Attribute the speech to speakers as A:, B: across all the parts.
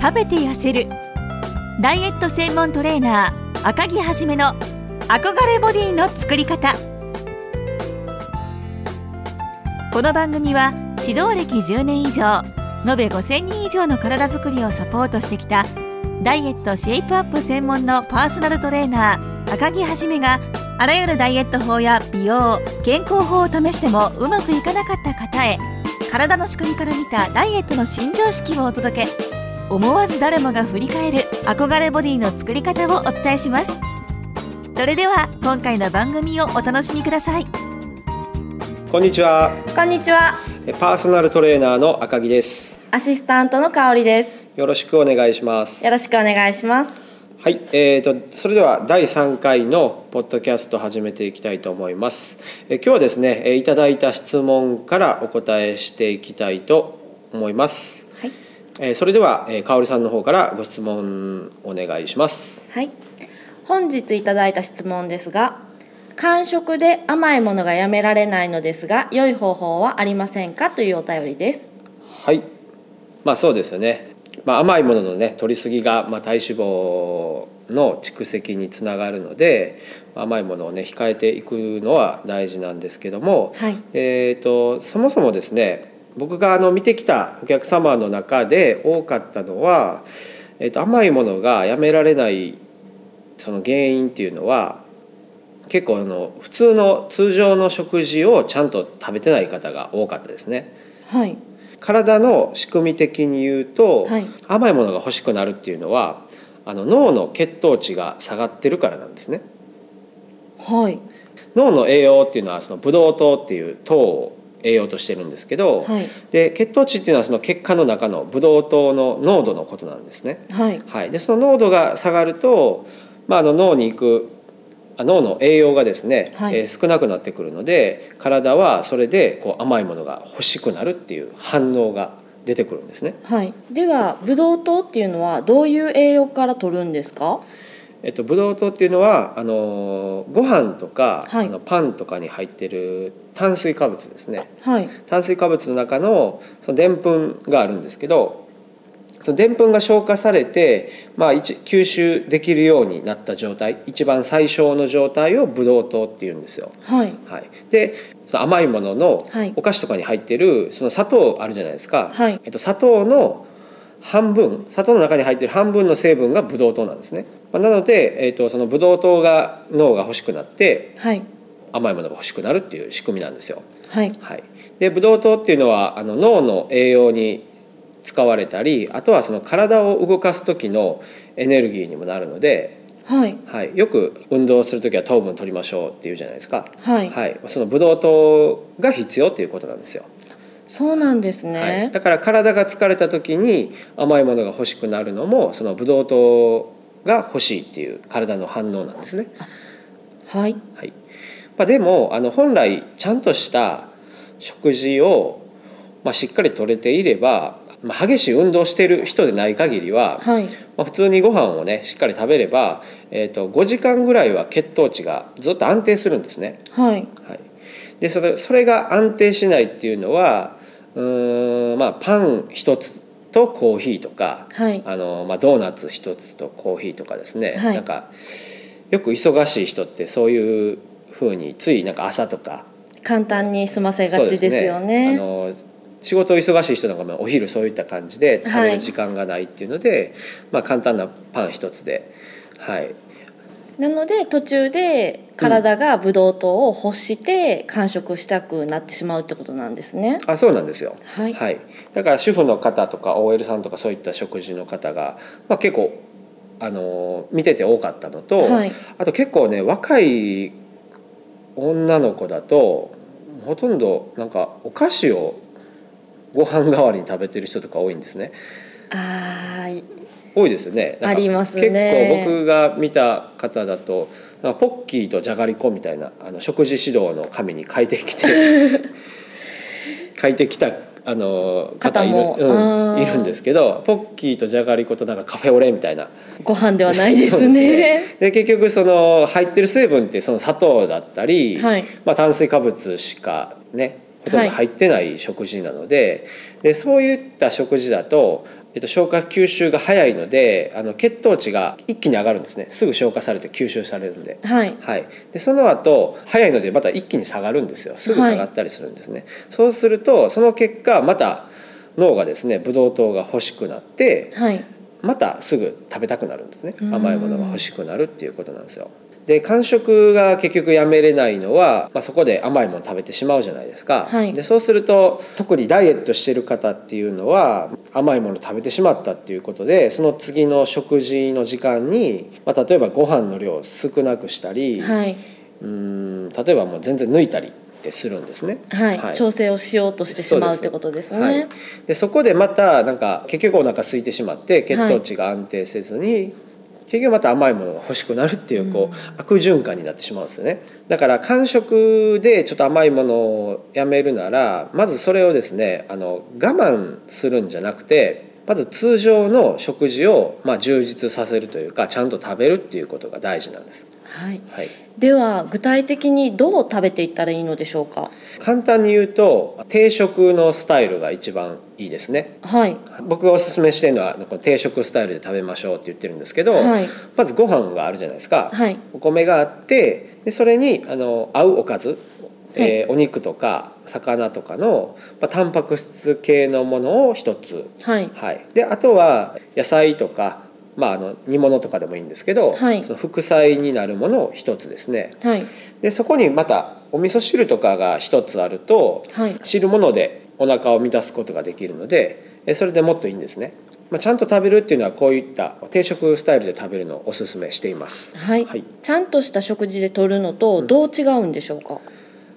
A: 食べて痩せるダイエット専門トレーナー赤木はじめの憧れボディの作り方この番組は指導歴10年以上延べ5000人以上の体づくりをサポートしてきたダイエットシェイプアップ専門のパーソナルトレーナー赤木はじめがあらゆるダイエット法や美容健康法を試してもうまくいかなかった方へ体の仕組みから見たダイエットの新常識をお届け思わず誰もが振り返る憧れボディの作り方をお伝えしますそれでは今回の番組をお楽しみください
B: こんにちは。
C: こんにちは。
B: えパーソナルトレーナーの赤木です。
C: アシスタントの香りです。
B: よろしくお願いします。
C: よろしくお願いします。
B: はい、えー、とそれでは第3回のポッドキャスト始めていきたいと思います。え今日はですね、えいただいた質問からお答えしていきたいと思います。
C: はい。
B: えーそれでは、えー、香織さんの方からご質問お願いします。
C: はい。本日いただいた質問ですが、間食で甘いものがやめられないのですが、良い方法はありませんかというお便りです。
B: はい。まあそうですよね。まあ、甘いもののね取り過ぎが、まあ、体脂肪の蓄積につながるので甘いものをね控えていくのは大事なんですけども、
C: はい
B: えー、とそもそもですね僕があの見てきたお客様の中で多かったのは、えー、と甘いものがやめられないその原因っていうのは結構あの普通の通常の食事をちゃんと食べてない方が多かったですね。
C: はい。
B: 体の仕組み的に言うと、
C: はい
B: 甘いものが欲しくなるっていうのはあの脳の血糖値が下がってるからなんですね
C: はい。
B: 脳の栄養っていうのはそのブドウ糖っていう糖を栄養としてるんですけど、
C: はい
B: で血糖値っていうのはその血管の中のブドウ糖の濃度のことなんですね、
C: はい。
B: はい、でその濃度が下がると、まあ、あの脳に行くあ脳の栄養がですね、
C: はい
B: えー少なくなってくるので体はそれでこう甘いものが欲しくなるっていう反応が出てくるんですね。
C: はい。では、ブドウ糖っていうのはどういう栄養から取るんですか？
B: えっと、ブドウ糖っていうのはあのーご飯とか、
C: はい
B: あのパンとかに入ってる炭水化物ですね
C: はい。
B: 炭水化物の中のそのでんぷんがあるんですけどそのでんぷんが消化されて、まあ、一吸収できるようになった状態一番最小の状態をブドウ糖っていうんですよ。
C: はい。
B: はい、でその甘いものの
C: はい
B: お菓子とかに入ってるその砂糖あるじゃないですか、
C: はい
B: えっと、砂糖の半分砂糖の中に入ってる半分の成分がブドウ糖なんですね、まあ、なので、えっと、そのブドウ糖が脳が欲しくなって
C: はい。
B: 甘いものが欲しくなるっていう仕組みなんですよ。
C: はい。
B: はい、でブドウ糖っていうのはあの脳の栄養に使われたりあとはその体を動かす時のエネルギーにもなるので、
C: はい。
B: はい、よく運動する時は糖分取りましょうっていうじゃないですか。
C: はい。
B: はい、そのブドウ糖が必要ということなんですよ、
C: そうなんです
B: は
C: ね
B: い、。だから体が疲れた時に甘いものが欲しくなるのもそのブドウ糖が欲しいっていう体の反応なんですね、
C: はい。
B: はいまあ、でもあの本来ちゃんとした食事を、まあ、しっかりとれていれば、まあ、激しい運動してる人でない限りは、
C: はい。
B: まあ、普通にご飯をねしっかり食べれば、えー、と5時間ぐらいは血糖値がずっと安定するんですね。
C: はい。
B: はい、でそれそれが安定しないっていうのはうーん、まあ、パン一つとコーヒーとか、
C: はい。
B: あのまあ、ドーナツ一つとコーヒーとかですね、
C: はい
B: なんかよく忙しい人ってそういうふうについなんか朝とか
C: 簡単に済ませがちですよね。
B: そうですねあの仕事忙しい人なんかもお昼そういった感じで
C: はい
B: 食べる時間がないっていうので、まあ、簡単なパン一つで、はい、
C: なので途中で体がブドウ糖を欲して完食したくなってしまうってことなんですね。
B: あそうなんですよ、
C: はい
B: だから主婦の方とか OL さんとかそういった食事の方が、まあ、結構、あのー見てて多かったのと、
C: はい
B: あと結構ね若い女の子だとほとんどなんかお菓子をご飯代わりに食べてる人とか多いんですね
C: あーい
B: 多いですよねなんか
C: ありますね
B: 結構僕が見た方だとなんかポッキーとじゃがりこみたいなあの食事指導の紙に書いてき て書いてきたあの方いる
C: 方も
B: うん
C: あー
B: いるんですけどポッキーとじゃがりことなんかカフェオレみたいな
C: ご飯ではない で
B: そう
C: すね。
B: で結局その入ってる成分ってその砂糖だったり、
C: はい
B: まあ、炭水化物しかねほとんど入ってない食事なので,、でそういった食事だとえっと、消化吸収が早いのであの血糖値が一気に上がるんですねすぐ消化されて吸収されるんで。
C: はい
B: はい、でその後早いのでまた一気に下がるんですよすぐ下がったりするんですね、そうするとその結果また脳がですねブドウ糖が欲しくなって
C: はい
B: またすぐ食べたくなるんですね
C: うん
B: 甘いものが欲しくなるっていうことなんですよで間食が結局やめれないのは、まあ、そこで甘いもの食べてしまうじゃないですか、
C: はい
B: でそうすると特にダイエットしてる方っていうのは甘いもの食べてしまったっていうことでその次の食事の時間に、まあ、例えばご飯の量を少なくしたり、
C: はい、
B: うーん例えばもう全然抜いたりってするんですね。
C: はい
B: はい
C: 調整をしようとしてしまうってことですね
B: はい、でそこでまたなんか結局お腹空いてしまって血糖値が安定せずに、結局また甘いものが欲しくなるっていうこう、悪循環になってしまうんですよねだから間食でちょっと甘いものをやめるならまずそれをですねあの我慢するんじゃなくてまず通常の食事を、まあ、充実させるというかちゃんと食べるっていうことが大事なんです。
C: はい
B: はい
C: では具体的にどう食べていったらいいのでしょうか
B: 簡単に言うと定食のスタイルが一番いいですね
C: はい
B: 僕がおすすめしてるのはこの定食スタイルで食べましょうって言ってるんですけど、
C: はい
B: まずご飯があるじゃないですか、
C: はい
B: お米があってでそれにあの合うおかず、えーお肉とか魚とかの、まあ、タンパク質系のものを一つ、
C: はい
B: はい、であとは野菜とか、まあ、あの煮物とかでもいいんですけど、
C: はい
B: その副菜になるものを一つですね
C: はい
B: でそこにまたお味噌汁とかが一つあると、
C: はい
B: 汁物でお腹を満たすことができるのでえそれでもっといいんですね、まあ、ちゃんと食べるっていうのはこういった定食スタイルで食べるのをおすすめしています
C: はい、
B: はい
C: ちゃんとした食事で摂るのとどう違うんでしょうか、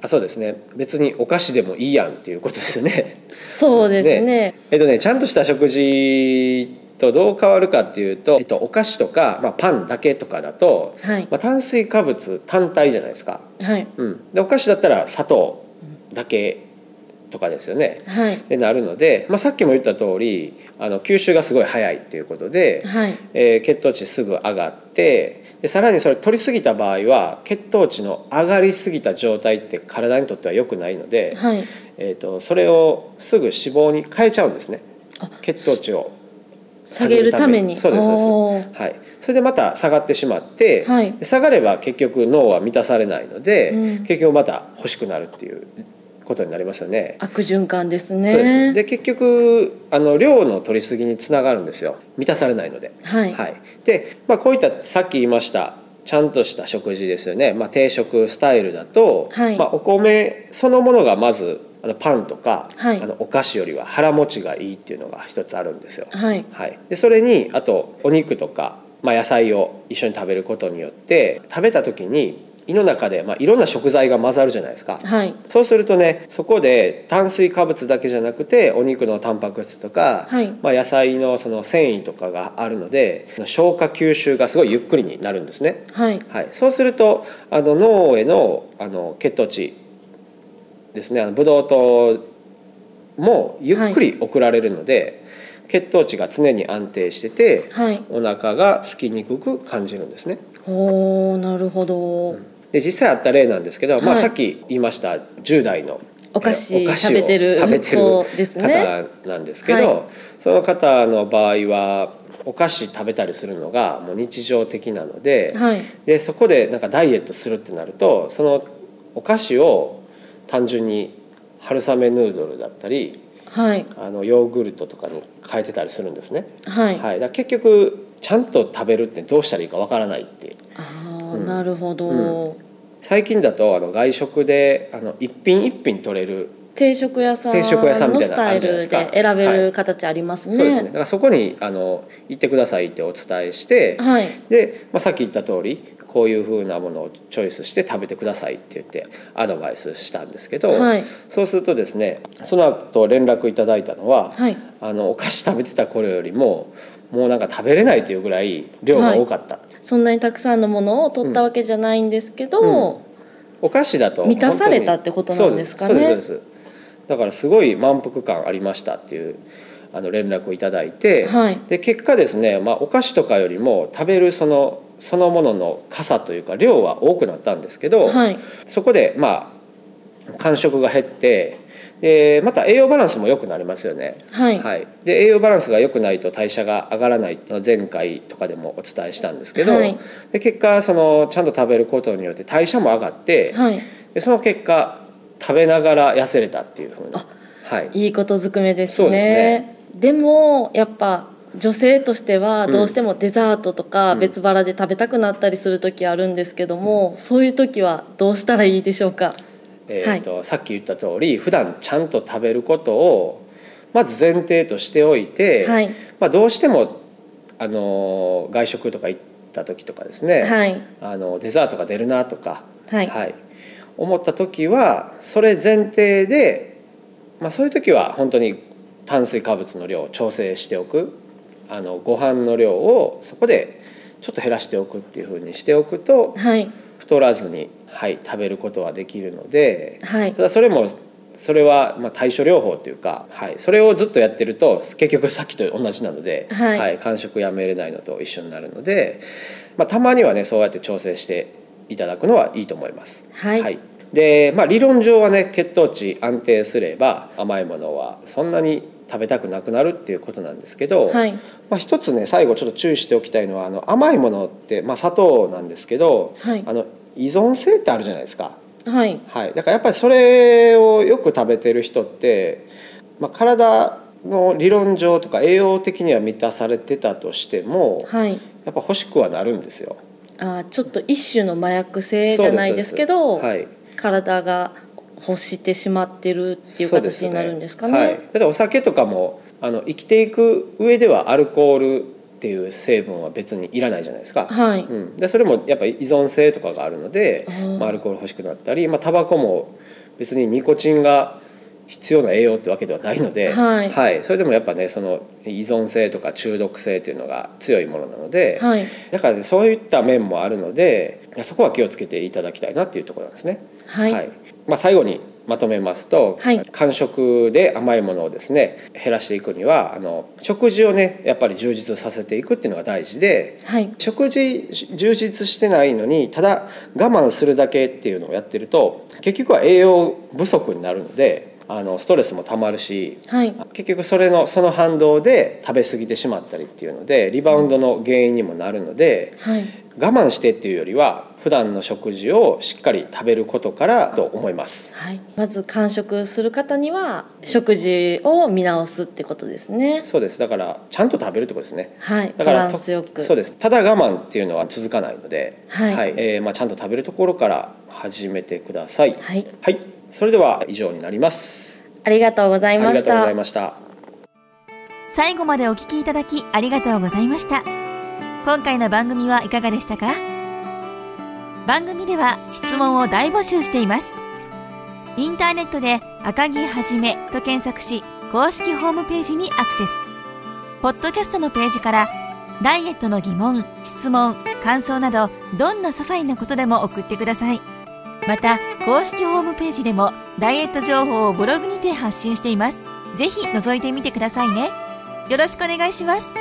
B: あそうですね別にお菓子でもいいやんっていうことですね
C: そう ですね
B: えっとねちゃんとした食事とどう変わるかっていうと、えっと、お菓子とか、まあ、パンだけとかだと、
C: はい
B: まあ、炭水化物単体じゃないですか
C: はい
B: うん、でお菓子だったら砂糖だけとかですよね。
C: はい
B: でなるので、まあ、さっきも言った通りあの吸収がすごい早いっていうことで、
C: はい
B: えー血糖値すぐ上がってでさらにそれ取りすぎた場合は血糖値の上がりすぎた状態って体にとっては良くないので、
C: はい
B: えー、とそれをすぐ脂肪に変えちゃうんですね
C: あ
B: 血糖値を
C: 下げるために
B: そうですそう
C: お
B: で
C: ー
B: すはいそれでまた下がってしまって、
C: はい
B: で下がれば結局脳は満たされないので、
C: うん
B: 結局また欲しくなるっていうことになりますよね
C: 悪循環ですね
B: そうですねで結局あの量の取りすぎにつながるんですよ満たされないので
C: はい
B: で、まあ、こういったさっき言いましたちゃんとした食事ですよね、まあ、定食スタイルだと、
C: はい
B: まあ、お米そのものがまずあのパンとか、
C: はい
B: あのお菓子よりは腹持ちがいいっていうのが一つあるんですよ。
C: はい
B: はい、でそれにあとお肉とか、まあ、野菜を一緒に食べることによって食べた時に胃の中で、まあ、いろんな食材が混ざるじゃないですか。
C: はい
B: そうするとねそこで炭水化物だけじゃなくてお肉のタンパク質とか、
C: はい
B: まあ、野菜のその繊維とかがあるので消化吸収がすごいゆっくりになるんですね。
C: はい
B: はい、そうするとあの脳へのあの血糖値ですねあのブドウ糖もゆっくり送られるので、血糖値が常に安定してて、
C: はい
B: お腹が空きにくく感じるんですね。
C: おーなるほど、
B: で実際あった例なんですけど、ま
C: は
B: あ、
C: い
B: さっき言いました10代の
C: お菓子
B: えーお菓子を
C: 食べてる
B: 食べてる
C: 子ですね
B: 方なんですけど、
C: はい
B: その方の場合はお菓子食べたりするのがもう日常的なので,、
C: はい
B: でそこでなんかダイエットするってなるとそのお菓子を単純に春雨ヌードルだったり
C: はい
B: あのヨーグルトとかに変えてたりするんですね。
C: はい、
B: はい、だから結局ちゃんと食べるってどうしたらいいかわからないっていう
C: ああ、なるほど、
B: 最近だとあの外食であの一品一品取れる、
C: 定食屋さん
B: 定食屋さんみ
C: の
B: たい
C: ス
B: なの
C: タ
B: あ
C: イ
B: るじゃないで
C: ル
B: すか
C: で選べ
B: は
C: る
B: い
C: 形ありますね,、
B: そうですねだからそこにあの行ってくださいってお伝えして、
C: はい
B: で、まあ、さっき言った通りこういう風なものをチョイスして食べてくださいって言ってアドバイスしたんですけど、
C: はい
B: そうするとですねその後連絡いただいたのは、
C: はい
B: あのお菓子食べてた頃よりももうなんか食べれないというぐらい量が多かった、
C: そんなにたくさんのものを取ったわけじゃないんですけど、
B: お菓子だと
C: 満たされたってことなんですかね
B: 本当にそうですそうですそうですだからすごい満腹感ありましたっていうあの連絡をいただいて、
C: はい
B: で結果ですね、まあ、お菓子とかよりも食べるそのそのものの傘というか量は多くなったんですけど、
C: はい
B: そこでまあ間食が減ってでまた栄養バランスも良くなりますよね。
C: はい
B: はい、で栄養バランスが良くないと代謝が上がらないっていうのを前回とかでもお伝えしたんですけど、
C: はい
B: で結果そのちゃんと食べることによって代謝も上がって、
C: はい
B: でその結果食べながら痩せれたっていうふうな、はい、
C: いいことずくめです
B: そうです
C: ね
B: ね
C: でもやっぱ女性としてはどうしてもデザートとか別腹で食べたくなったりする時あるんですけども、そういう時はどうしたらいいでしょうか
B: えーとさっき言った通り普段ちゃんと食べることをまず前提としておいて、
C: はい
B: まあ、どうしてもあのー外食とか行った時とかですね、
C: はい
B: あのデザートが出るなとか、
C: はい
B: 思った時はそれ前提で、まあ、そういう時は本当に炭水化物の量を調整しておくあのご飯の量をそこでちょっと減らしておくっていうふうにしておくと
C: はい
B: 太らずに、はい、食べることはできるので、
C: はい
B: ただそれもそれはまあ対処療法というか、はい、それをずっとやってると結局さっきと同じなので、
C: はい
B: 間食やめれないのと一緒になるので、まあ、たまにはねそうやって調整していただくのはいいと思います。
C: はい
B: でまあ、理論上はね血糖値安定すれば甘いものはそんなに食べたくなくなるっていうことなんですけど、
C: はい
B: まあ、一つね最後ちょっと注意しておきたいのはあの甘いものって、まあ、砂糖なんですけど、
C: はい
B: あの依存性ってあるじゃないですか、
C: はい
B: はい、だからやっぱりそれをよく食べてる人って、まあ、体の理論上とか栄養的には満たされてたとしても、
C: はい
B: やっぱ欲しくはなるんですよ。
C: あーちょっと一種の麻薬性じゃないですけ
B: そ
C: ど
B: うですはい
C: 体が欲してしまってるっていう
B: そうです
C: 形
B: よ
C: になるんですか
B: はい、だ
C: ね。
B: ってお酒とかもあの生きていく上ではアルコールっていう成分は別にいらないじゃないですか。
C: はい
B: うん、でそれもやっぱり依存性とかがあるので
C: あー
B: まあ、アルコール欲しくなったり、まあ、タバコも別にニコチンが必要な栄養ってわけではないので、
C: はい
B: それでもやっぱねその依存性とか中毒性っていうのが強いものなので、
C: はい
B: だから、ね、そういった面もあるのでそこは気をつけていただきたいなっていうところなんですね。
C: はい
B: まあ、最後にまとめますと、
C: はい
B: 間食で甘いものをですね減らしていくにはあの食事をねやっぱり充実させていくっていうのが大事で
C: はい
B: 食事充実してないのにただ我慢するだけっていうのをやってると結局は栄養不足になるのであのストレスもたまるし
C: はい
B: 結局それのその反動で食べ過ぎてしまったりっていうのでリバウンドの原因にもなるので、
C: はい
B: 我慢してっていうよりは普段の食事をしっかり食べることからと思います。
C: はい、まず完食する方には食事を見直すってことですね。
B: そうですだからちゃんと食べるってことですね。
C: はい、
B: だ
C: バ
B: から
C: ランスよく。
B: そうですただ我慢っていうのは続かないので、
C: はい
B: えーまあ、ちゃんと食べるところから始めてください。
C: はい、
B: はい、それでは以上になります。
C: ありがとうござ
B: あ
C: い
B: りが
C: ま
B: とう
C: し
B: ござ
C: た
B: い。ました。
A: 最後までお聞きいただきありがとうございました今回の番組はいかがでしたか番組では質問を大募集していますインターネットで赤木はじめと検索し公式ホームページにアクセスポッドキャストのページからダイエットの疑問質問感想などどんな些細なことでも送ってくださいまた公式ホームページでもダイエット情報をブログにて発信していますぜひ覗いてみてくださいねよろしくお願いします